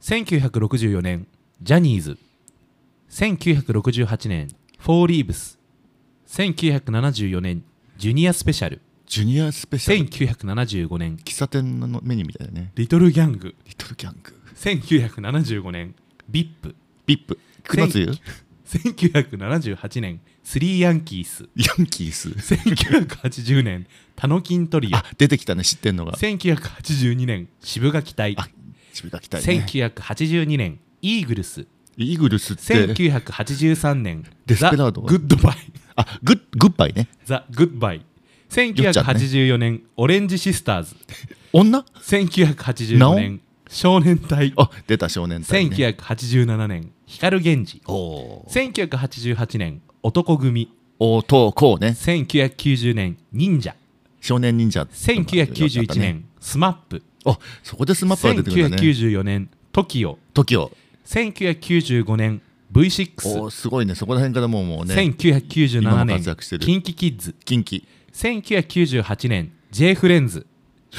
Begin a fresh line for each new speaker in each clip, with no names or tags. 1964年ジャニーズ1968年フォーリーブス1974年ジュニアスペシャル
ジュニアスペシャル
1975年
喫茶店のメニューみたいだね
リトルギャング
リトルギャング
1975年ビップ
ビップくのつゆ
1978年スリーヤンキース
ヤンキース
1980年タノキントリオ
あ出てきたね知ってんのが
1982年渋垣隊
あ自分が来たいね
1982年イーグルス
イーグルスって
1983年
デスペラード
ザ・グッドバイ
あグッグッバイね
ザ・グッドバイ1984年、オレンジシスターズ
女
1985年少年隊
あ出た少年隊、ね、
1987年光源氏
おー
1988年男組
おとこうね
1990年忍者
少年忍者
1991年スマップ
あそこでスマップが出てくるんだね
1994年 TOKIO
時を
1995年 V6
おーすごいねそこら辺からもうもうね
1997
今も
年
活躍してる
KinKiKids
近畿
1998年 J フレンズ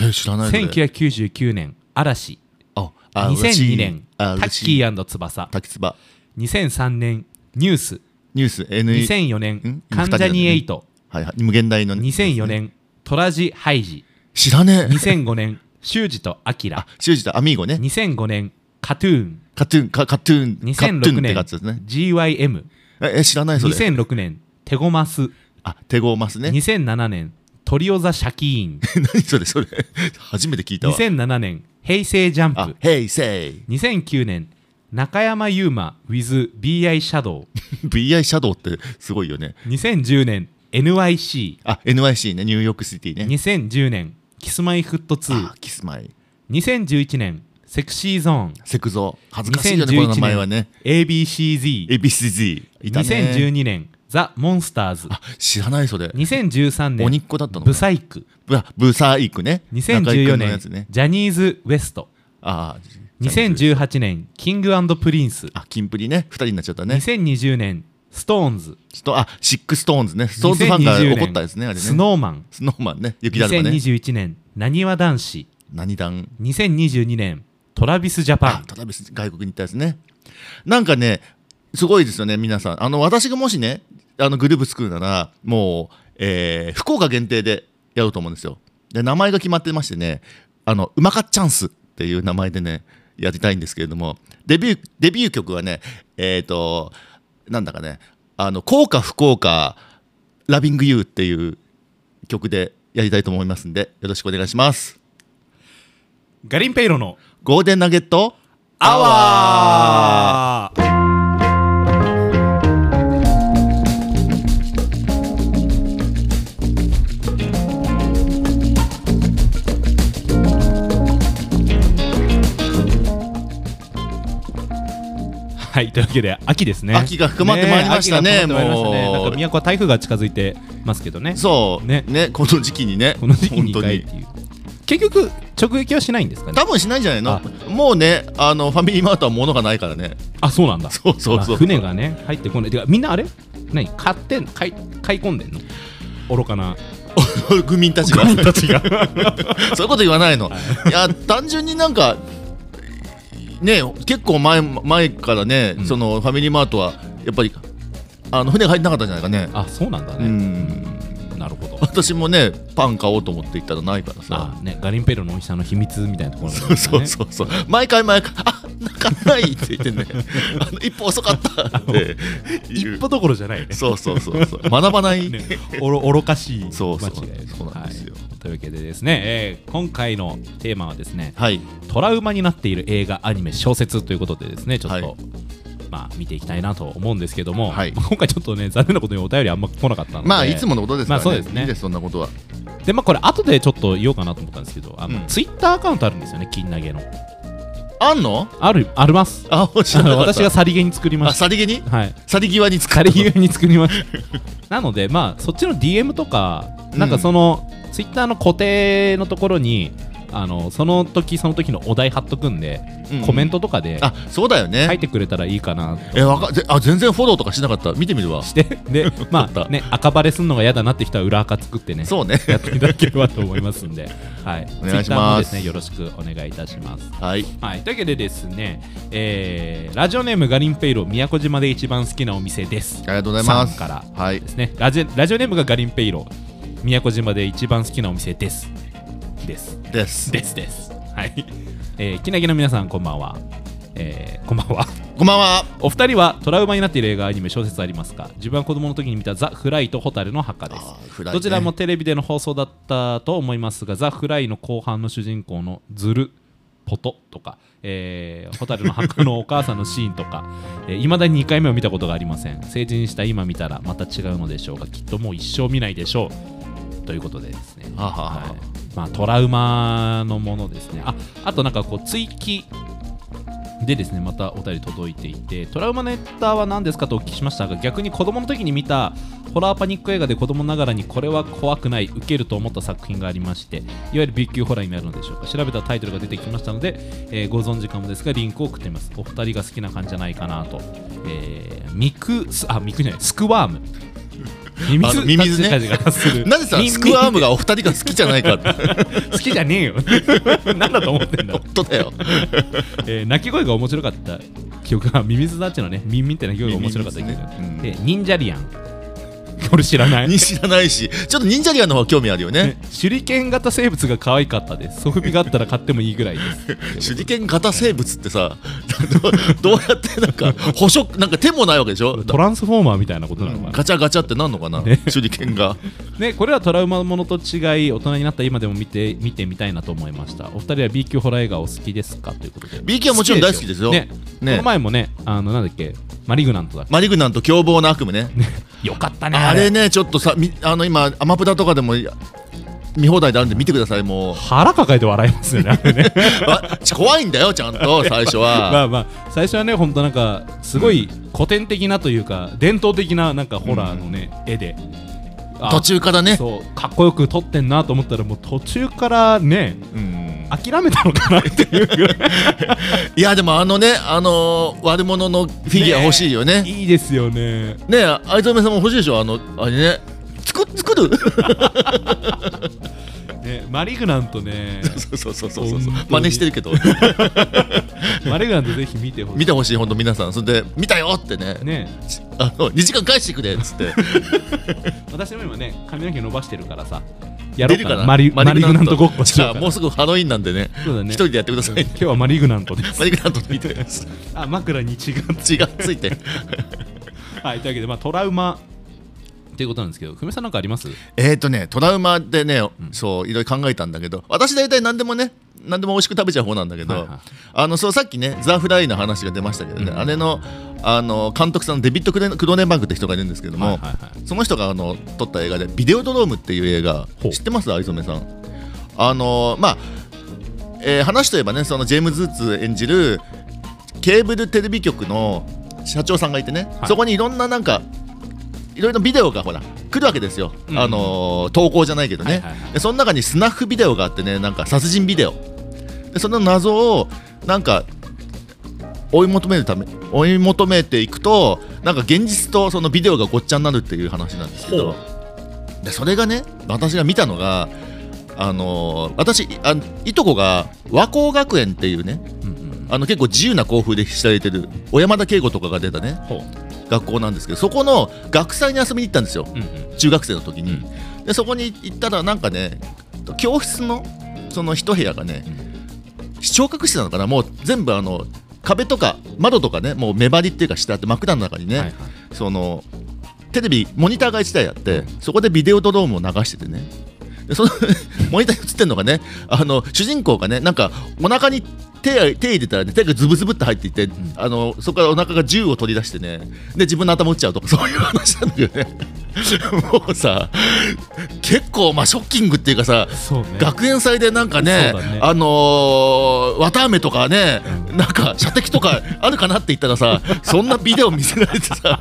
え知らないこれ
1999年嵐
ああ
2002年タ
あ
ッキ
や
ー翼
滝つば
2003年ニュース
ニュース N
2004年関ジャニエイト
はいはい無限大のね
2004年トラジハイジ
知らねえ
2005年修二とアキラ
あ修二とアミーゴね
2005年カトゥーン
カトゥーンカカトゥーンカトゥーン
2006
って
年
やつですね
GYM
ええ知らないそれ
2006年テゴマス
あ手ごますね
2007年トリオザシャキーン
何それそれ 初めて聞いたわ
2007年平成ジャン
あ
プ
ヘイセイ
2009年中山優馬 WithBI シャドウ
VI シャドウってすごいよね
2010年 NYC2010
あ NYC ねニューヨークシティね
年キスマイフット
あキスマイ
22011年セクシーゾーン
セクゾー恥ずかしいよねこの名前はね
ABCZ2012
ABCZ いたね
年ザ・モンスターズ
あ知らないそれ
2013
鬼
年
っ子だったの
ブサイク
ブあブサイクね中居
2014
君のやつ
年
ね
ジャニーズ WEST
あ
2018年キングプリンス
あキンプリね二人になっちゃったね
2020年ストーンズ
ちょっとあシックストーンズねストーンズファンが
2020
怒ったですねあれ
年
ね
スノーマン
スノーマンね雪だるまね
2021年なにわ男子
何段
2022年トラビスジャ
あ
パン
トラビス外国に行ったやつねなんかねすごいですよね皆さんあの私がもしねあのグループ作るならもう、えー福岡限定でやろうと思うんですよで名前が決まってましてねあのうまかっチャンスっていう名前でねやりたいんですけれどもデビューデビュー曲はねえっ、となんだかねあの効果不効果ラビングユーっていう曲でやりたいと思いますんでよろしくお願いします
ガリンペイロの
ゴールデンナゲット
アワーはいというわけで秋ですね
秋が深まってまいりましたね
秋が深まってまいりましたね
も
なん
う
か都は台風が近づいてますけどね
そう
ね
ねこの時期にね
この時期に2
本当
回
に
っていう結局直撃はしないんですかね
多分しないんじゃないの
あ
もうねあのファミリーマートは物がないからね
あそうなんだ
そうそうそう
あ船がね入ってこないてかみんなあれ何買ってん買い買い込んでんの愚かな
愚民たちが そういう
ちが
こと言わないのいや単純になんかね結構前前からね、
うん
そのファミリーマートはやっぱりあの船が入ってなかったんじゃないかね
あそうなんだ
う
ね、
ん
なるほど
私もねパン買おうと思って行ったらないからさ
あねガリンペロの美味しさの秘密みたいなところなん
そう
です
そ
ね、
うそうそう毎回毎回あなんかないって言ってねあの一歩遅かったって言
一
う
歩どころじゃないよね
そうそうそうそう学ばない、
ねおろ愚かしい間違い
そうそう
です
そうなんですよ
はいというわけでですね、えー今回のテーマはですね
はい
トラウマになっている映画アニメ小説ということでですねちょっと、
はい
まあ見ていきたいなと思うんですけども、
はい
まあ今回ちょっとね残念なことにお便りあんま来なかったので
まあいつものことですからね,、
まあそうですね
いいですそんなことは
でまあこれ後でちょっと言おうかなと思ったんですけどあの、
うん
ツイッターアカウントあるんですよね金投げの
あんの
あるあります
あ知ら
あ
な
の
かった
私がさりげに作りま
あ
し
さりげに
たはい
さり際に使
さ
っ
り
た
げに作りましたなのでまあそっちの DM とかなんかその、ツイッターの固定のところにあのその時その時のお題貼っとくんで、
うん
コメントとかで
あそうだよね、
書いてくれたらいいかな
えわかぜあ全然フォローとかしなかった見てみるわ
して でまあね赤バレすんのが嫌だなって人は裏垢作ってね
そうね
やっていただければと思いますんで、はい、
お願いし
Twitter
ます
もですねよろしくお願いいたします。
はい
はい、というわけでですね、えーラジオネームガリンペイロ宮古島で一番好きなお店です。
ありがとうございます
さんから
はい
ですねラジラジオネームがガリンペイロ宮古島で一番好きなお店です。です。
です
ですです。はい。えー、きなぎの皆さんこんばんは。えーこんばんは。
こんばんは
お二人はトラウマになっている映画アニメ小説ありますか自分は子供の時に見たザ・フライとホタルの墓です
あーフライね
どちらもテレビでの放送だったと思いますがザ・フライの後半の主人公のズルポトとか、えー、ホタルの墓のお母さんのシーンとかいま、えー未だに2回目を見たことがありません成人した今見たらまた違うのでしょうがきっともう一生見ないでしょうということでですね
はあはあはあ
いまあ、トラウマのものですねああとなんかこう追記でですねまたお便り届いていてトラウマネタは何ですかとお聞きしましたが逆に子供の時に見たホラーパニック映画で子供ながらにこれは怖くないウケると思った作品がありましていわゆる B 級ホラーになるのでしょうか調べたタイトルが出てきましたので、えーご存知かもですがリンクを送っていますお二人が好きな感じじゃないかなと、えーミクスあミクじゃないスクワー ムミミ
あ
ズ
のミミズね
タッチがする
なぜさ
ミ
スクワームがお二人が好きじゃないかって
好きじゃねえよ 何だと思ってんだ
本当だよ
えー鳴き声が面白かった記憶がミミズダッチのねミンミンって鳴き声が面白かった記憶
ミミズねうん
で忍者リアン これ知らない
に知らないしちょっと忍者リアンの方が興味あるよね
手裏剣型生物が可愛かったです装備があったら買ってもいいぐらいです
手裏剣型生物ってさ どうどうやってなんか捕食なんか手もないわけでしょ
トランスフォーマーみたいなことなのかな、
ガチャガチャってなんのかな
ね
手裏剣が
ね、これはトラウマものと違い大人になった今でも見て見てみたいなと思いましたお二人は B 級ホラー映画お好きですかということで
B 級はもちろん大好きですよ
ね
ね
この前もねあのなんだっけマリグナントだっけ
マリグナント凶暴な悪夢ね
よかったね
あれねちょっとさみあの今アマプラとかでも見放題であるんで見てくださいもう
腹抱えて笑いますよねあれね
あち怖いんだよちゃんと最初
ま
は
あまあ最初はね本当なんかすごい古典的なというか伝統的ななんかホラーのね、絵であ
途中からね
そうかっこよく撮ってんなと思ったらもう途中からね
うん
諦めたのかなって いうぐらい
いやでもあのねあのー悪者のフィギュア欲しいよね
いいですよね
ねえ藍染さんも欲しいでしょあのあれね作作る
ねマリグナント ね
そうそうそうそうそう
本当に
真似してるけど
マリグナントぜひ見てほし
見てほしい本当皆さんそれで見たよってね
いね
あの2時間返してくれっつって
私も今ね髪の毛伸ばしてるからさやろ
出
う
る
か
か
な
ら
マリマリグナントごっこし
じ
よ
ゃ
う
あ
か
も
な
うすぐハロウィンなんでね
そうだね
一人でやってくださいね
今日はマリグナントです
マリグナント 見てます
あ枕に違う
血がついて
はい、というわけで、まあ、トラウマっていうことなんですけど、久米さんなんかあります
えっとねトラウマでね、そういろいろ考えたんだけど私大体何でもね何でも美味しく食べちゃう方なんだけど、
はいはい
あのそうさっきね「ザ・フライ」の話が出ましたけどね、あれのあの監督さんのデビッド・クレクロネンバーグって人がいるんですけども、
はいはいはい
その人があの撮った映画で「ビデオドローム」っていう映画
ほう
知ってます藍染さんあのまあ、えー話といえばねそのジェームズ・ウッツ演じるケーブルテレビ局の社長さんがいてね、
はい
そこにいろんななんかいろいろビデオがほら来るわけですよ、
うん
あのー投稿じゃないけどね、
はいはいはい
でその中にスナフビデオがあってねなんか殺人ビデオでその謎をなんか追い求めるため追い求めていくとなんか現実とそのビデオがごっちゃになるっていう話なんですけど
ほ
でそれがね私が見たのがあのー私あいとこが和光学園っていうね
うんうん。
あの結構自由な校風で知られてる小山田圭吾とかが出たね
ほう。
学校なんですけどそこの学祭に遊びに行ったんですよ
うんうん。
中学生の時に、でそこに行ったらなんかね教室のその一部屋がね聴覚室なのかなもう全部あの壁とか窓とかねもう目張りっていうかしてあって枕の中にね、
はいはい
そのテレビモニターが1台あってそこでビデオドロームを流しててねでその モニターに映ってるのがねあの主人公がねなんかお腹に手手入れたら、ね、手がズブズブって入っていって、あのそこからお腹が銃を取り出してねで自分の頭打っちゃうとか そういう話なんだよね もうさ結構まあショッキングっていうかさ
そうね。
学園祭でなんかね
そうだね
あのー、綿あめとかね、なんか射的とかあるかなって言ったらさそんなビデオ見せられてさ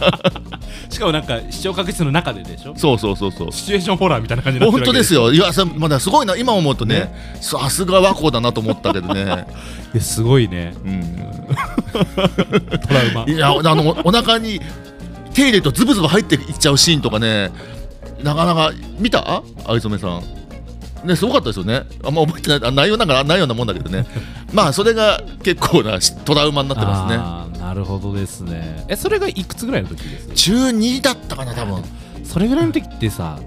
しかもなんか視聴確率の中ででしょ
そうそうそうそう
シチュエーションホラーみたいな感じになって
本
る
当
わけ
ですよいやさまだすごいな今思うとねさすが和光だなと思ったけ どね、
いやすごいね
うん、
トラウマ
いやあのお腹に手入れとズブズブ入っていっちゃうシーンとかねなかなか見た藍染さんねすごかったですよねあんま覚えてないあ内容なんかないようなもんだけどね まあそれが結構なしトラウマになってますね
あーなるほどですねえそれがいくつぐらいの時です
中2だったかな多分
それぐらいの時ってさ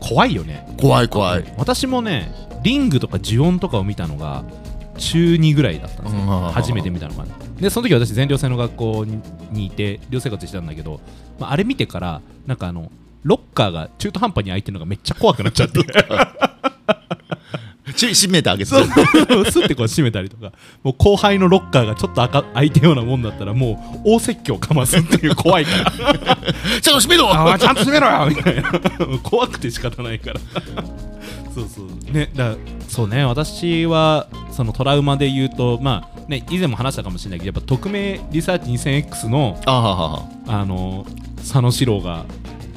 怖いよね
怖い怖い、
私もねリングとか呪音とかを見たのが中2ぐらいだったんですよ
うん
初めて見たのがねでその時私全寮制の学校ににいて寮生活してたんだけど、まあ、あれ見てからなんかあのロッカーが中途半端に開いてるのがめっちゃ怖くなっちゃって
ち閉めてあげて
そう スッてこう閉めたりとかもう後輩のロッカーがちょっと開か開いたようなもんだったらもう大説教かますっていう怖いから
ちょっと閉めろ
あーちゃんと閉めろよみたいな 怖くて仕方ないから そうそうねだからそうね私はそのトラウマで言うとまあね以前も話したかもしれないけどやっぱ匿名リサーチ 2000X の
あははは
あの佐野史郎が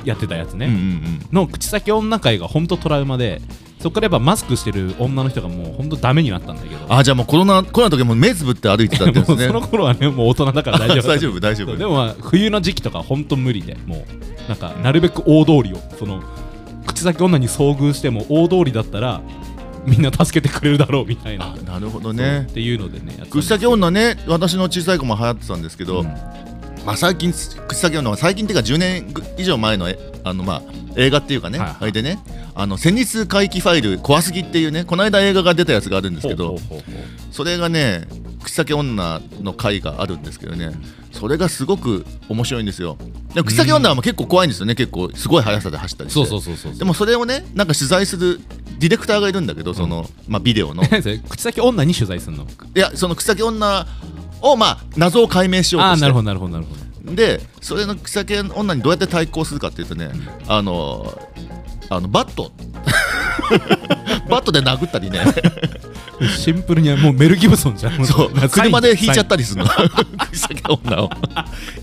やってたやつね、
うんうん
の口先女会が本当トラウマでそこからやっぱマスクしてる女の人がもう本当ダメになったんだけど
うんあじゃあもうコロナコロナの時も目つぶって歩いてたってや つ
もう
ね
その頃はねもう大人だから大丈夫
大丈夫大丈
そう
夫
でもまあ冬の時期とか本当無理でもうなんかなるべく大通りをその口先女に遭遇しても大通りだったらみんな助けてくれるだろうみたいな
あなるほどね
っていうのでねやってたんです
口先女ね私の小さい子も流行ってたんですけど、
うん
まあ、最近口先女は最近っていうか10年以上前のえあの、まあ、映画っていうかね、
はいはい
あれでねあの戦日回帰ファイル怖すぎっていうねこの間映画が出たやつがあるんですけど
ほうほうほうほ
それがね口先女の回があるんですけどねそれがすごく面白いんですよでも口先女はもう結構怖いんですよね結構すごい速さで走った
う
りして
そうそうそうそう
でもそれをねなんか取材するディレクターがいるんだけどその、まあ、ビデオ のい
何それ口先女に取材するの
やその口先女をまあ謎を解明しようと
ああ
して
ーなるほどなるほどなるほど
でそれの草酒女にどうやって対抗するかっていうとね、あのあのバ ットバットで殴ったりね
シンプルにはもうメル・ギブソンじゃん
そ
も
う車で引いちゃったたりするの 草酒女を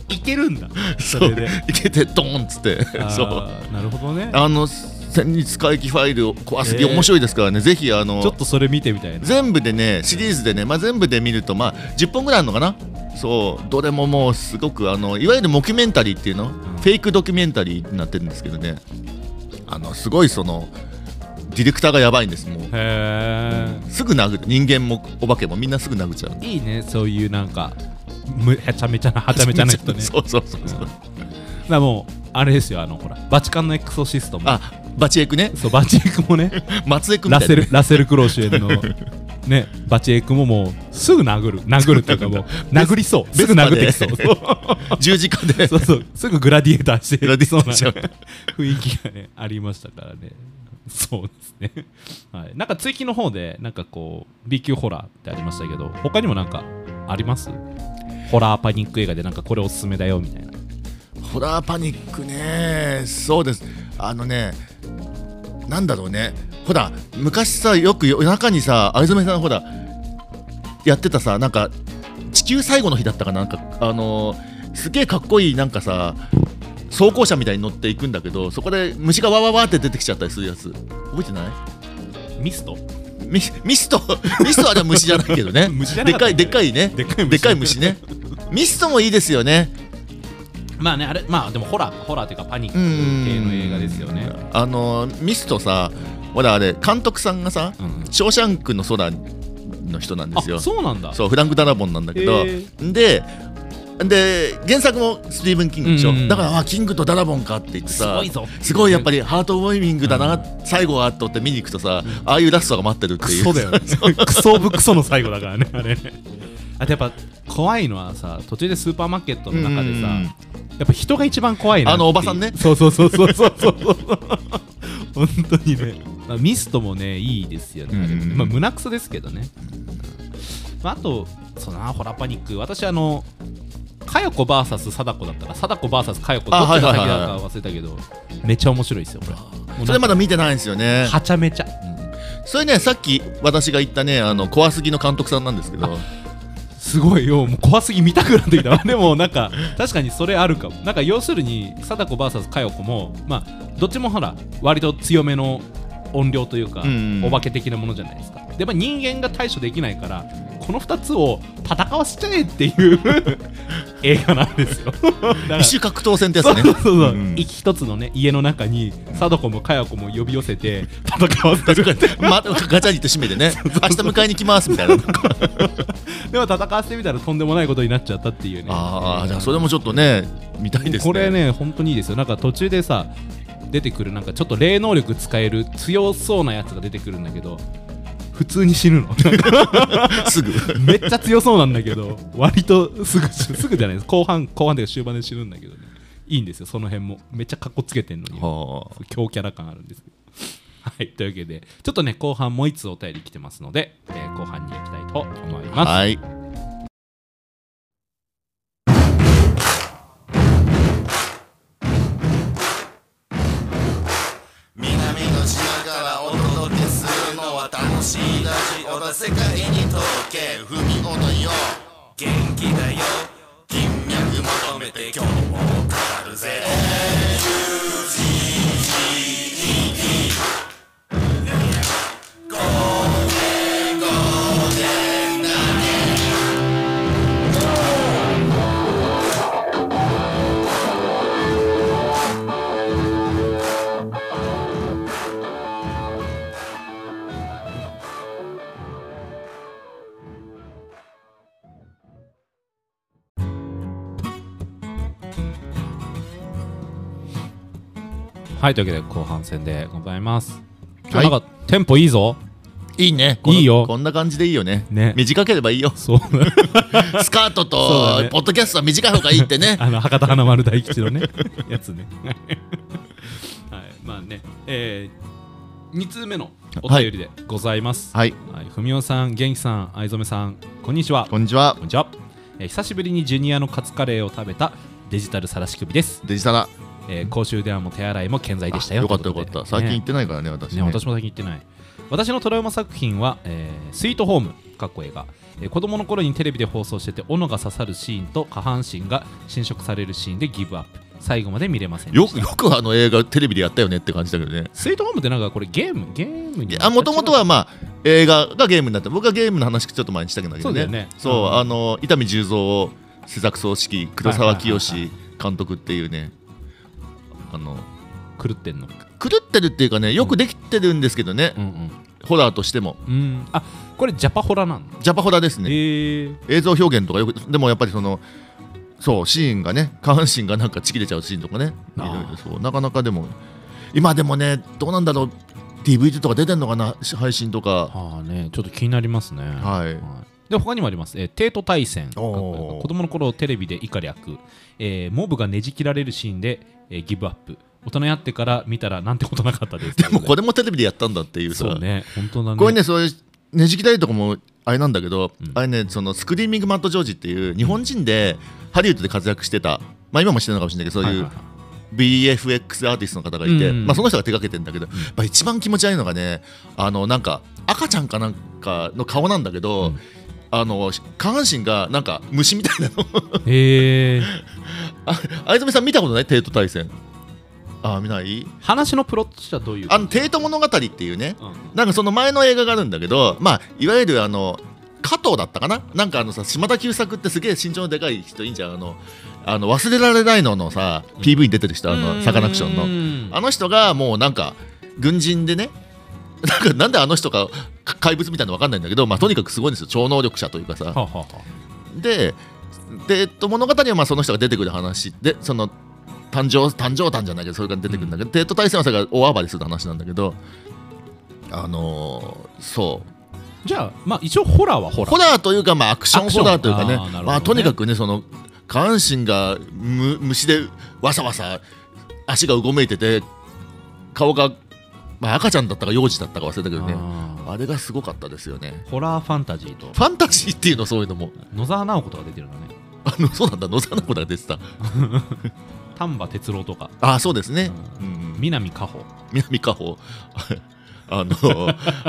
いけるんだ そ
そ
れ
う
で
いけてドーンっつって
あー
そう
なるほどね
あの戦日回帰ファイルを怖すぎ、
えー
面白いですからねぜひあ
ちょ
の
っとそれ見てみたいな
全部でねシリーズでね、まあ、全部で見ると、まあ、10本ぐらいあるのかなそうどれももうすごくあのいわゆるモキュメンタリーっていうの、フェイクドキュメンタリーになってるんですけどねあのすごいそのディレクターがやばいんですもう
へえ
すぐ殴る人間もお化けもみんなすぐ殴っちゃう
いいねそういうなんかむはちゃめちゃなはちゃめちゃな人ねだか
そうそうそうそう、
らもうあれですよあのほらバチカンのエクソシストも
あバチエクね
そうバチエクもね
松江君み
ラ
たいな
セルラセルクロシエンのねバチエクももうすぐ殴る殴るっていうか もう殴りそうすぐ殴ってきそうそう
十字架 で
そうそうすぐグラディエーターして
グラディエーターしち
そ
ゃ
う
う
な 雰囲気がねありましたからねそうですね、はい、なんか追記の方でなんかこう B 級ホラーってありましたけど他にもなんかありますホラーパニック映画でなんかこれおすすめだよみたいな
ホラーパニックねそうですあのねなんだろうねほら昔さよく夜中にさ藍染さんほらやってたさなんか地球最後の日だったかななんかあのーすげえかっこいいなんかさ装甲車みたいに乗っていくんだけどそこで虫がわわわって出てきちゃったりするやつ覚えてない
ミスト
ミミスト ミストはでも虫じゃないけどね
虫じゃな
で
かった
かいでかいね
でかい虫
でかい虫ねミストもいいですよね
まあねあれまあでもホラーホラーというかパニック系の映画ですよね
あのミストさほらあれ監督さんがさ「
うん
ショーシャンクの空」の人なんですよ
あそうなんだ
そうフランク・ダラボンなんだけど
へ
でで原作もスティーブン・キングでしょ、
うんうんうん
だからあキングとダラボンかって言って
す
さ
ごいぞ
すごいやっぱりハートウォーミングだな、最後はとって見に行くとさ、ああいうラストが待ってるって
ク
いう
ソだよ、ね、クソオブクソの最後だからねあれねあとやっぱ怖いのはさ途中でスーパーマーケットの中でさ
うん
やっぱ人が一番怖いなっていう
あのおばさんね
そうそうそうそうそうそうそう本当にね、まあ、ミストもねいいですよね、
うんうんうん
まあ胸くそですけどね、まあ、あとそうなホラーパニック私あの佳代子 VS 貞子だったら貞子 VS 佳代子どっ
あ
ちが
はい
先
はい
だ
はいはい
か忘れたけどめっちゃ面白いですよこれもう
そ
な
れ
んか
まだ見てないんですよね
はちゃめちゃ
それねさっき私が言ったねあの怖すぎの監督さんなんですけど
すごいよもう怖すぎ見たくなってきたでもなんか 確かにそれあるかもなんか要するに貞子 VS 佳代子もまあどっちもほら割と強めの音量というか、
うん
お化け的なものじゃないですかでまあ人間が対処できないからこの2つを戦わせちゃえっていう 映画なんですよだから
一種格闘戦です
そう
ね
そうそう、
ん
一つのね家の中に貞子も佳代子も呼び寄せて戦わせてる
ま、 ガチャリと閉めてね明日迎えに来ますみたいな
でも戦わせてみたらとんでもないことになっちゃったっていうね
ああじゃあそれもちょっとね見たいです
こ
ね
れね本当にいいですよなんか途中でさ出てくるなんかちょっと霊能力使える強そうなやつが出てくるんだけど普通に死ぬの
すぐ
めっちゃ強そうなんだけど割とすぐすぐじゃないです後半後半で終盤で死ぬんだけどねいいんですよその辺もめっちゃかっこつけてんのに
はあ
強キャラ感あるんですけどはいというわけでちょっとね後半もう1つお便り来てますので、えー後半に行きたいと思います
はい
南の島からお届けするのは楽しいラジオだ世界に届け文をのよ元気だよ金脈求めて今日も語るぜ
はいというわけで後半戦でございます今
はい
日なんかテンポいいぞ
いいね
いいよ
このこんな感じでいいよね
ね
短ければい いよ
そう
スカート
そうだ
と
ね
ポッドキャストは短い方がいいってね
あの博多華丸大吉の ねやつねはいまあねえー、2通目のお便りでございます
はい
はい文雄さん元気さん藍染さんこんにちは
こんにちは
こんにちは、えー久しぶりにジュニアのカツカレーを食べたデジタルさらし首です、
デジタラ
えー公衆電話も手洗いも健在でしたよ
あかっ
と
た
いう
よ
こ
かっ
と
た
で
最近行っ
ね
てないからね私
ね
ね
私も最近行ってない私のトラウマ作品は、えースイートホームかっこ映画、えー子供の頃にテレビで放送してて斧が刺さるシーンと下半身が侵食されるシーンでギブアップ最後まで見れませんで
よ
した
くよくあの映画テレビでやったよねって感じだけどね
スイートホームってなんかこれゲームゲームに
あもともとはまあ映画がゲームになって僕はゲームの話ちょっと前にしたけどね
そうだよね
そう
うん
あの伊丹十三制作総指揮黒
はいは
沢
いはいはい
清監督っていうねあの
狂ってんの
狂ってるっていうかねよくできてるんですけどね
う、ん
ホラーとしても
うんうんあこれジャパホラなんだ、
ジャパホラですね
えー
映像表現とかよくでもやっぱりそのそうシーンがね下半身がなんかちぎれちゃうシーンとかねい
あー
ろいろそうなかなかでも今でもねどうなんだろう DVD とか出てんのかな配信とか
はあね、ちょっと気になりますね。
はい
で他にもあります、えー、帝都大戦
おー
子供の頃テレビで以下略、えーモブがねじ切られるシーンで、えーギブアップ大人やってから見たらなんてことなかったです
でもこれもテレビでやったんだっていうさ
そうね本当だね
これねそういうねじきたりとかもあれなんだけど、
うん
あれねそのスクリーミング・マット・ジョージっていう日本人でハリウッドで活躍してた、まあ、今もしてるのかもしれないけどそういう
ははは
BFX アーティストの方がいて、
うん
まあ、その人が手掛けてんだけど、やっぱ一番気持ち悪いのがねあのなんか赤ちゃんかなんかの顔なんだけど、
うん
あの下半身がなんか虫みたいなの
えー
あ藍染さん見たことない帝都大戦あ見ない
話のプロットとしてはどういう
あの帝都物語っていうね
うん
なんかその前の映画があるんだけど、まあ、いわゆるあの加藤だったかななんかあのさ島田久作ってすげえ身長のでかい人いいんじゃんあのあの忘れられないののさ PV に出てる人あのサカナクションの。
ン
あの人がもうなんか軍人でねなんかなんであの人かか怪物みたいなの分かんないんだけど、まあ、とにかくすごいんですよ超能力者というかさ。
ははは
でで、えっと、物語はまあその人が出てくる話でその誕生誕生誕じゃないけどそれが出てくるんだけど、デート対戦はそれが大暴れする話なんだけどあのーそう
じゃあまあ一応ホラーはホラー
ホラーというか、まあ、アクショ
ア
ン
クショ
ホ
ン
ラーというかね
あーなるほどね
まあ、とにかくねその下半身がむ虫でわさわさ足がうごめいてて顔が、まあ、赤ちゃんだったか幼児だったか忘れたけどね
あ
あれがすごかったですよね
ーホラーファンタジーと
ファンタジーっていうのそういうのも
野沢直子とか出てるのね
あのそうなんだ野沢直子が出てた
丹波哲郎とか
あそうですね、うんうん
南果歩
南加穂 あの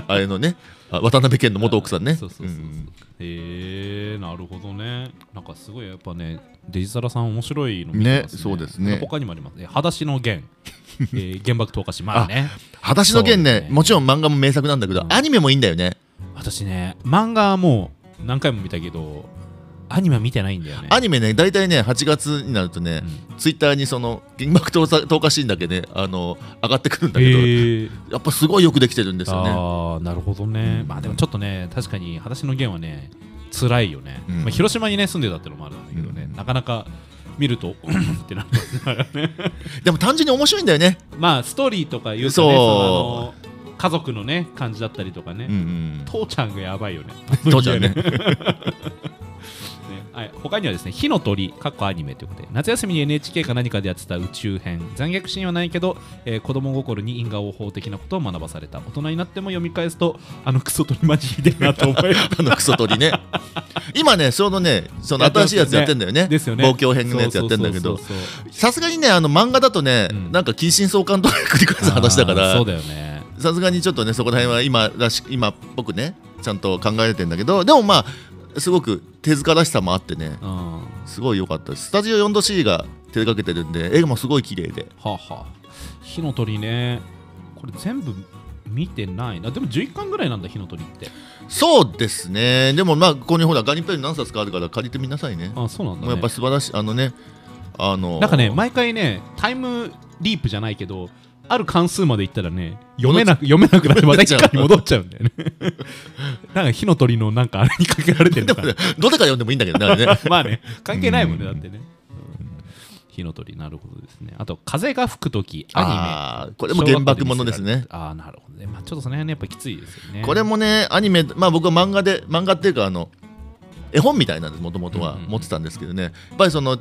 あれのねあ渡辺謙の元奥さんね
そうそうそうそう
うん
へえなるほどねなんかすごいやっぱねデジタラさん面白いの見て
ね
ますね
そうですね
他にもありますね裸足の 弦えー原爆投下しまあね
裸足の剣
そう
ね
ですね
もちろん漫画も名作なんだけど、
うん
アニメもいいんだよね
私ね漫画はもう何回も見たけどアニメは見てないんだよね
アニメね大体ね8月になるとね、ツイッターにその原爆投下投下シーンだけねあの上がってくるんだ
へ
けど、
ー
やっぱすごいよくできてるんですよね
ああなるほどね、まあでもちょっとね確かに裸足の弦はね辛いよね、
うん
まあ、広島にね住んでたってのもあるんだけどね、
うん
なかなか見るとってなる
でも単純に面白いんだよね、
まあストーリーとか言うとね
そ
そのあの家族のね感じだったりとかね、
うんうん
父ちゃんがやばいよ ね
父ちゃんね
ねはい、他にはですね「火の鳥」かっこアニメということで夏休みに NHK か何かでやってた宇宙編残虐シーンはないけど、えー子供心に因果応報的なことを学ばされた大人になっても読み返すとあのクソ鳥マジひでえなと思 い
あのクソ鳥 ね今ねそのねその新しいやつやってんだよね
ですよね
望郷編のやつやってんだけど
そうそうそうそ う
さすがにねあの漫画だとね、
うん
なんか近親相関とか繰り返す話だか
あーそ
ら
うだよね
さすがにちょっとねそこら辺は今らし今っぽくねちゃんと考えてんだけどでもまあすごく手塚らしさもあってね
うんは
すごい良かったですスタジオ 4°C が手掛けてるんで絵もすごい綺麗で
あはあ火の鳥ねこれ全部見てないなでも11巻ぐらいなんだ火の鳥って
そうですねでもまあここにほらガニペン何冊かあるから借りてみなさいね
あそうなんだ、ね、
もうやっぱ素晴らしいあのねあの
なんか ね、毎回ね、タイムリープじゃないけど、ある関数までいったらね、読めなく読めなくなって、また一回に戻っちゃうんだ よね。なんか火の鳥のなんかあれにかけられてる のかな。
どれから読んでもいいんだけどねあれね
まあね、関係ないもんね、
う
だ
ん
ってね。火の鳥、なるほどですね。あと、風が吹くとき、 アニメ。
あーこれも原爆ものですね
ああ、なるほどね。まあ、ちょっとその辺ね、やっぱきついですよね。
これもねアニメまあ僕は漫画で漫画っていうかあの絵本みたいなんですもともと
う
は
んうんうん
持ってたんですけどねやっぱりその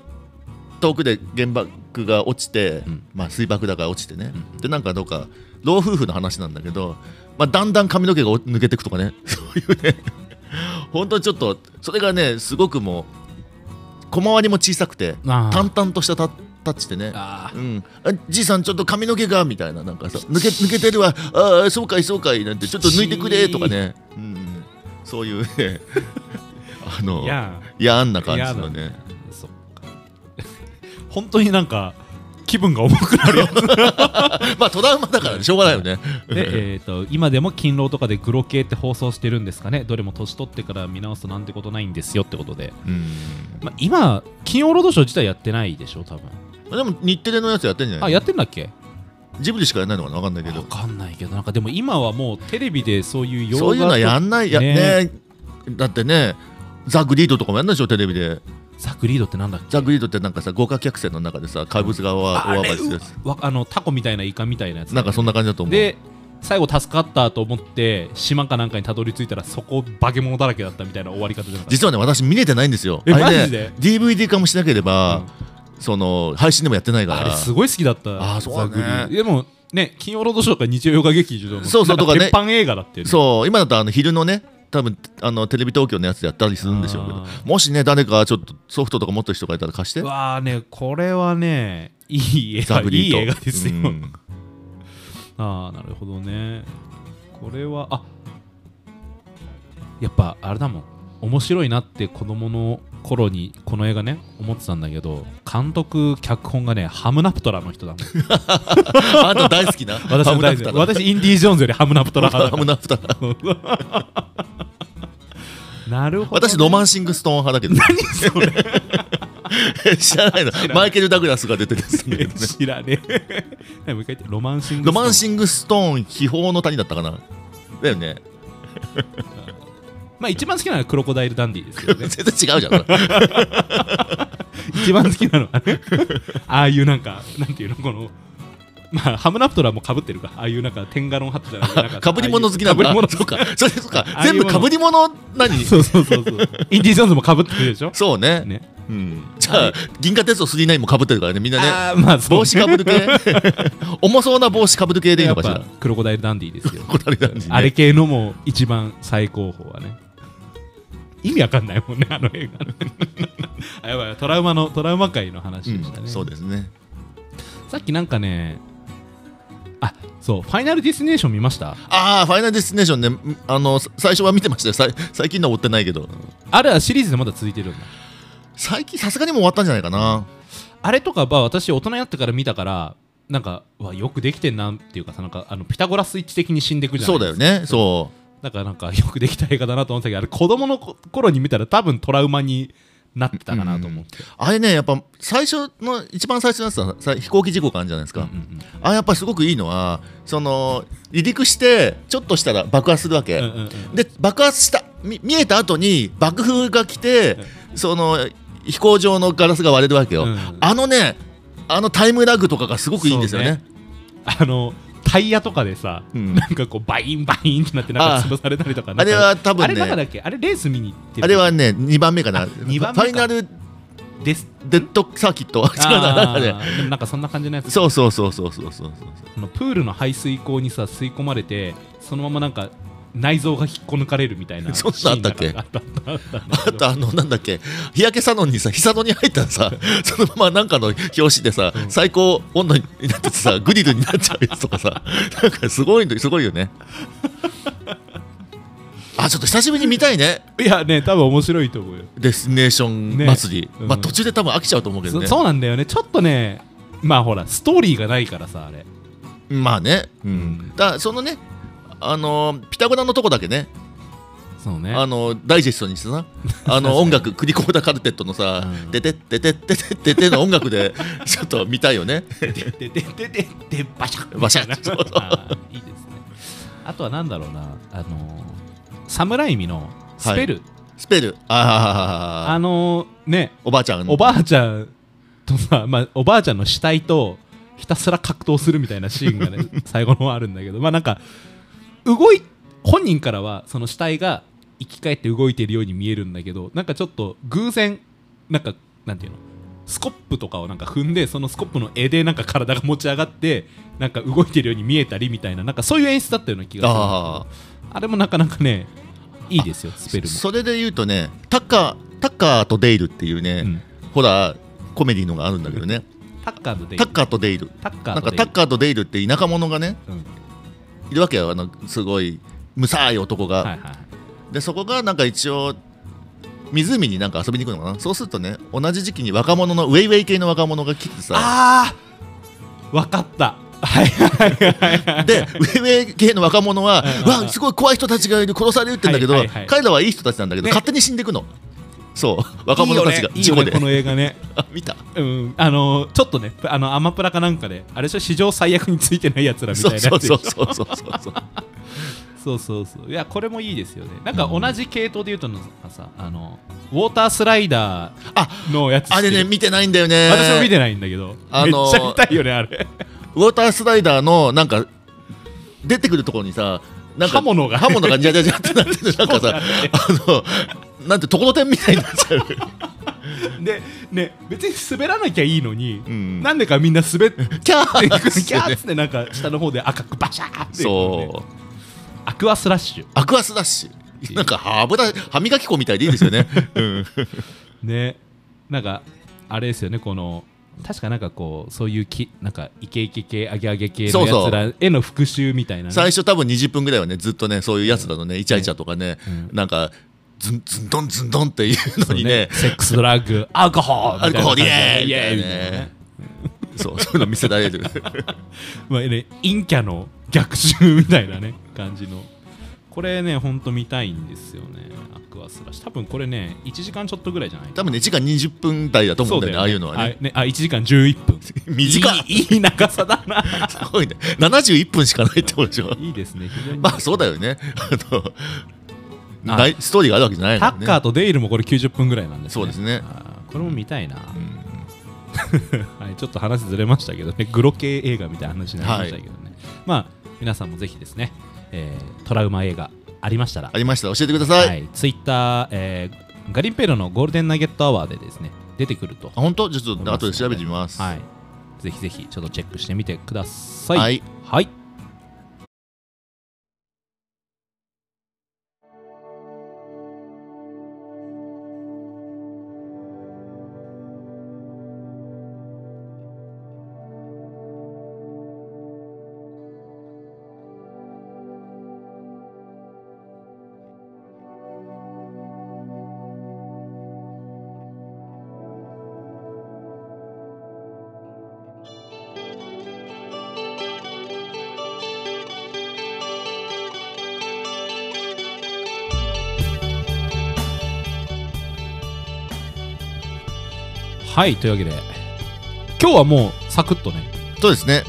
遠くで原爆が落ちて、
うん
まあ水爆だから落ちてね、
うん
でなんかどうか老夫婦の話なんだけど、まあ、だんだん髪の毛が抜けてくとかね そういうね本当にちょっとそれがねすごくもう小回りも小さくて
あー
淡々としたタタッチでね
あ
うん、あじいさんちょっと髪の毛がみたいななんかさ抜け抜けてるわああそうかいそうかいなんてちょっと抜いてくれとかね、うん、そういうね あ
あ、
の
い
や
や、
んな感じの
いや
ね
そっか。 本当になんか、気分が重く なるよ
まあトラウマだからしょうがないよね
で、えー、と今でも勤労とかでグロ系って放送してるんですかねどれも年取ってから見直すとなんてことないんですよってことで、
うん
まあ、今金曜ロードショー自体やってないでしょ多分
でも日テレのやつやってんじゃな
あ
い
やってんだっけ
ジブリしかやらないのかなわかんないけ
わ
ど
かんないけどなんかでも今はもうテレビでそういう洋画
そういうのはやんないや
ね
ねだってねザ・グリードとかもやんないでしょテレビで
ザ・グリードってなんだっけ
ザ・グリードってなんかさ豪華客船の中でさ怪物がわ
あ
大暴
れ
れするやつ
うわあのタコみたいなイカみたいなやつ
なんかそんな感じだと思う
で最後助かったと思って島かなんかにたどり着いたらそこ化け物だらけだったみたいな終わり方じゃなかった
実はね私見れてないんですよ
え
あれね
マジで
DVD 化もしなければ、その配信でもやってないから
あれすごい好きだった
あーそうだね
ザグリーでもね金曜ロードショーとか日曜洋画劇場の
そうそう
なん
とかね
鉄板映画だってね
そう今だとあの昼のね多分あのテレビ東京のやつやったりするんでしょうけ
あ
ど
ー
もしね誰かちょっとソフトとか持ってる人がいたら貸して
うわあねこれはねいい映
ザ
画
ブ
い
リー
い
と
映画ですよ、
うん
ああなるほどねこれはあやっぱあれだもん面白いなって子供の頃にこの映画ね思ってたんだけど監督脚本がねハムナプトラの人だもん
あんた大好きな
私
ハ
の
ムナ
大
プ
好
タ
き私インディ・ージョーンズよりハムナプトラ
ハ
派
ム
だ
ナプタ
なるほどね、
私ロマンシングストーン派だけど何それ 知らないのマイケル・ダグラスが出てるんですけどね
知らねえ はい。もう一回言って、ロマンシング。
ロマン
ン。
シングストーン秘宝の谷だったかなだよね
まあ、一番好きなのはクロコダイルダンディですけどね
全。然違うじゃんこれ
一番好きなのはね、 ああいうなんか、なんていうの、この。まあ、ハムナプトラもかぶってるか、ああいうなんか、テンガロンハットじゃなくてなん か。
かぶり物好きなん
か
だ。
ぶり物
そうか。それそうか
あ。あいう
全
も
部
の
かぶり物何
そうそうそうそう。インディ・ジョーンズもかぶってるでしょ。
そうね。
ね。
うん。じゃあ、銀河鉄道9もかぶってるからね、みんなね。
ああ、まあ、そう
帽子かぶ る系重そうな帽子かぶる系でいい
やっ
のかし
ぱ
ら。、
クロコダイルダンディですよ。
こだわりなんでね
あれ系のも一番最高峰はね。意味わかんないもんね、あの映 画ね。あやばい、トラウマの、トラウマ界の話でしたね。
うんそうですね。
さっきなんかね、あそう「ファイナルディスティネーション」見ました
ああファイナルディスティネーションねんあのさ最初は見てましたよさい最近のは追ってないけど
あれはシリーズでまだ続いてるんだ
最近さすがにもう終わったんじゃないかな
あれとかは私大人になってから見たからなんかうわよくできてんなっていうかさなんかあのピタゴラスイッチ的に死んでいくじゃない
そうだよねそ
だからなんかよくできた映画だなと思ってたけどあれ子供のこ頃に見たら多分トラウマになってたかなと思って
う、あれねやっぱ最初の一番最初のやつはさ飛行機事故があるじゃないですか、
うんうん
あやっぱりすごくいいのはその離陸してちょっとしたら爆発するわけ、
うんうんうん
で爆発したみ見えた後に爆風が来て、その飛行場のガラスが割れるわけ
う
よ、
ん
あのねあのタイムラグとかがすごくいいんですよね
あのタイヤとかでさ、
うん
なんかこうバインバインってなってなんか潰されたりとかなんか
あれは多分ね
あれ中だっけあれレース見に行ってる
あれはね2番目かな
二番目
フ
か
ァイナル
です
デッドサーキット違うな なん
あ
か
ー
ね
でもなんかそんな感じのやつ
そうそうそうそうそうそうそう
あのプールの排水口にさ吸い込まれてそのままなんか内臓が引っこ抜かれるみたいな
そんなのあったっけ
シーンがあったあったあったあった
あとあのなんだっけ日焼けサロンにさ日サロに入ったら さそのままなんかの表紙でさ、最高温度になっててさグリルになっちゃうやつとかさなんかすごいのすごいよねあちょっと久しぶりに見たいね
いやね多分面白いと思うよ、
デスティネーション
ね
祭り、
うん
まあ途中で多分飽きちゃうと思うけど
そ
ね
そうなんだよねちょっとねまあほらストーリーがないからさあれ
まあね、うん
ん
だそのねあのピタゴラのとこだけね
そうね
あのダイジェストにしてさ あの音楽クリコーダカルテットのさ
う
「
ん
ててっててっててってて」の音楽でちょっと見たいよね
ででででででバシャッ
バシャッそうそう
あーいいですねあとはなんだろうなあのサムライミのスペル、
スペルああ
あのね
おばあちゃん
おばあちゃんとさ、まあ、おばあちゃんの死体とひたすら格闘するみたいなシーンが ね最後の方あるんだけどまあなんか動い本人からはその死体が生き返って動いてるように見えるんだけどなんかちょっと偶然なんかなんていうのスコップとかをなんか踏んでそのスコップの絵でなんか体が持ち上がってなんか動いてるように見えたりみたいななんかそういう演出だったような気がするんだ
あ
けどあれもなかなかねいいですよスペル
ー
も。
それで言うとねタッカータッカーとデイルっていうね、
うん
ホラーコメディのがあるんだけどね
タッカーとデイ
タッカーとデイル
タッカー
なん
と
か
デイ
タッカーとデイルって田舎者がね
うん
いるわけよあのすごいむさい男が、
はいはい
でそこがなんか一応湖になんか遊びに行くのかなそうするとね同じ時期に若者のウェイウェイ系の若者が来てさ
ああわかった はいはいはいはい
でウェイウェイ系の若者は
うんうんうん
わすごい怖い人たちがいる殺されるってんだけど、
はいはいはい
彼らはいい人たちなんだけど、
ね
勝手に死んでいくのそう若者たちが
いい
事
よねいい
故
よね
で
この映画ね
あ 見た
うんあのーちょっとねあのアマプラかなんかであれでしょ史上最悪についてないやつらみた
そ
いうな
そうそううそうそう そ
そう
う
そうそういやこれもいいですよねなんか同じ系統で言うとなんかさあのウォータースライダ
あ
ーのやつ
あれね見てないんだよね
私も見てないんだけど、
あのー
めっちゃ見たいよねあ れ
ウォータースライダーのなんか出てくるところにさなんか
刃物が
刃物がジャジャジャってなって てなんかさあのなんてところてんみたいになっ ちゃう
でね別に滑らなきゃいいのに、
ん
なんでかみんな滑って
キャ
キャ
ー
ーっつってなんか下の方で赤くバシャーっていうね
そう
アクアスラッシュ
アクアスだしなんか歯ブラ歯磨き粉みたいでいいですよね、うん、
ねなんかあれですよねこの確かなんかこうそういうきなんかイケイケ系アゲアゲ系
そ
の
うそう
やつらへの復讐みたいなね、
最初多分20分ぐらいはねずっとねそういうやつだのねイチャイチャとかね、
うん
なんかズンズンドンズンドンっていうのにね
セックスドラッグアルコホール
アルコホールイ
み
エ
た
ー
いな感じでイエーイみたいなね
イみたいなねそうそういうの見せられる
まあね陰キャの逆襲みたいなね感じのこれねほんと見たいんですよねアクアスラッシュ多分これね1時間ちょっとぐらいじゃない
多分ね1時間20分台だと思うんだよねああいうのはね
あ1時間11分
短い
いいいい長さだな
すごいね71分しかないってことでしょ
いいですね非常に
まあそうだよねあの
あ
ないストーリーがあるわけじゃない
タ
からね
ッカーとデイルもこれ90分ぐらいなんですね
そうですね
あーこれも見たいな、
うん
はい、ちょっと話ずれましたけどねグロ系映画みたいな話になりましたけどね、まあ皆さんもぜひですね、えートラウマ映画ありましたら
ありましたら教えてください、
はい、ツイッター、えーガリンペロのゴールデンナゲットアワーでですね出てくると
あ本当じゃあちょっと後で調べてみます、
はいぜひぜひちょっとチェックしてみてください
はい
はい
「
はいというわけで今日はもうサクッとね、
そうですね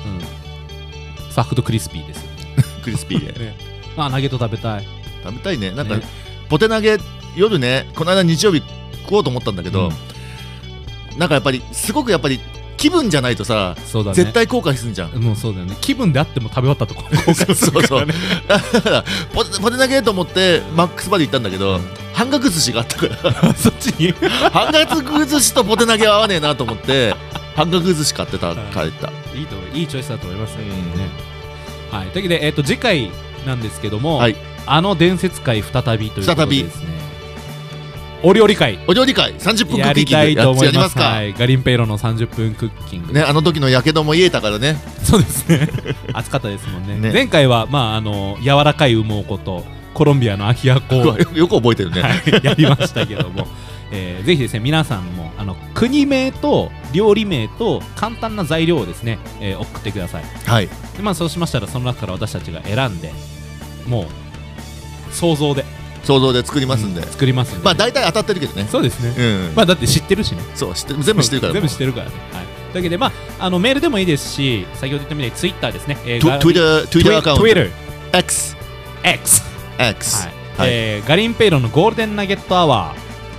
うん、サクッとクリスピーです、
クリスピーで
ね、あナゲット食べたい
食べたいねなんか、
ね
ポテ投げ夜ねこの間日曜日食おうと思ったんだけど、なんかやっぱりすごくやっぱり気分じゃないとさ、
そうだね
絶対後悔するじゃん
もうそうだよね気分であっても食べ終わった とこ後 悔するからね
だからポテポテ投げと思ってマックスまで行ったんだけど、半額寿司があったから
そっちに
半額寿司とポテ投げは合わねえなと思って半額寿司買ってた帰った
いいと思ういいチョイスだと思いますね。
うん
ねはい、というわけで、えー、と次回なんですけども、
はい
あの伝説会再びということ
再
で
び
ですねお料理会
お料理会30分ク
や
ッキ
り
ング
たいと思
や
い
り
ま
ますすか、
はい、ガリンペイロの30分クッキング、
ね、あの時のやけども癒えたからね
そうです ね暑かったですもんね
ね
前回は、まあ、あの柔らかい羽毛ことコロンビアのアヒアコ
う
を
わ、よ よく覚えてるね、
はいやりましたけども、えーぜひですね皆さんもあの国名と料理名と簡単な材料をですね、えー送ってください
はい
でまあそうしましたらその中から私たちが選んでもう想像で
想像で作りますんで、
作りますんで
まあ大体当たってるけどね
そうですね、
うん、
まあだって知ってるしね
そう知って全部知ってるから
全部知ってるからね、はい、というわけでまああのメールでもいいですし先ほど言ったみたいにツイッターですね、えー、ガ
Twitter Twitter アカウント
Twitter
X
X
X
はい
はい
えーガリンペイロのゴールデンナゲットアワ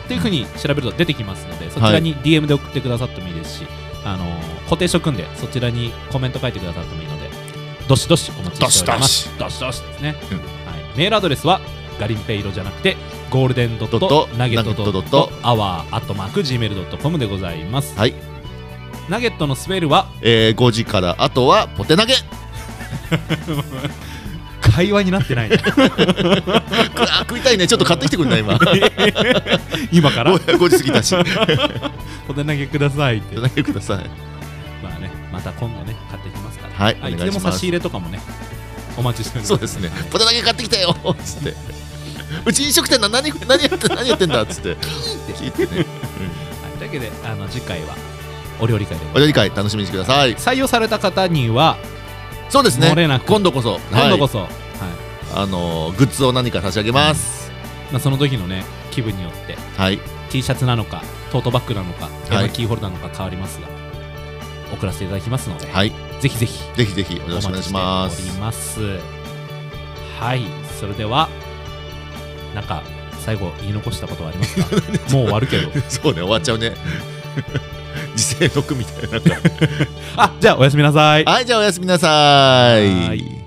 ーというふうに調べると出てきますのでそちらに DM で送ってくださってもいいですし、あのー固定書組んでそちらにコメント書いてくださってもいいのでどしどしお待ちしておりますどしどしですね、
うん
はい、メールアドレスはガリンペイロじゃなくてゴールデンドッ
ドッ
ト
ト
ナゲットド
ナゲ
ッ
ッ
ト
ト
アワーアットマーク Gmail.com でございます、
はい
ナゲットのスペルは
えー、5時からあとはポテ投げ
会話になってない、ね、
くあ食いたいねちょっと買ってきてくんな い今も う
今から
5時過ぎだし
お手投げくださいって
ポテ投げください
まあね、また今度ね、買ってきますから。
はい
い、
お
つ
願
で
いし
も
ま
差し
す
入れとかもね、お待ちしております。
そうですねポテ投げ買ってきたよつってうち飲食店だ何何やって何やってんだつって聞いてね
はい、というわけで、あの次回はお料理会で
お料理会楽しみにしてください
採用された方には、
そうです
漏
ね
れなく
今度こそ
今度こ
そ
そ、はい
あのーグッズを何か差し上げます
まあ、その時のね、気分によって、
はい
T シャツなのか、トートバッグなのか、
はい
エヴァキーホルダーなのか変わりますが、送らせていただきますので、
はい
ぜひぜひ
ぜひぜひよ
お
ろしくお
待
願
ち
い
し
してま
おり
す
ます。はい、それでは、なんか、最後言い残したことはあります かもう終わるけど。
そうね終わっちゃうね 時世毒みたいななんか
あ、じゃあおやすみなさい。
はいじゃあおやすみなさ
はい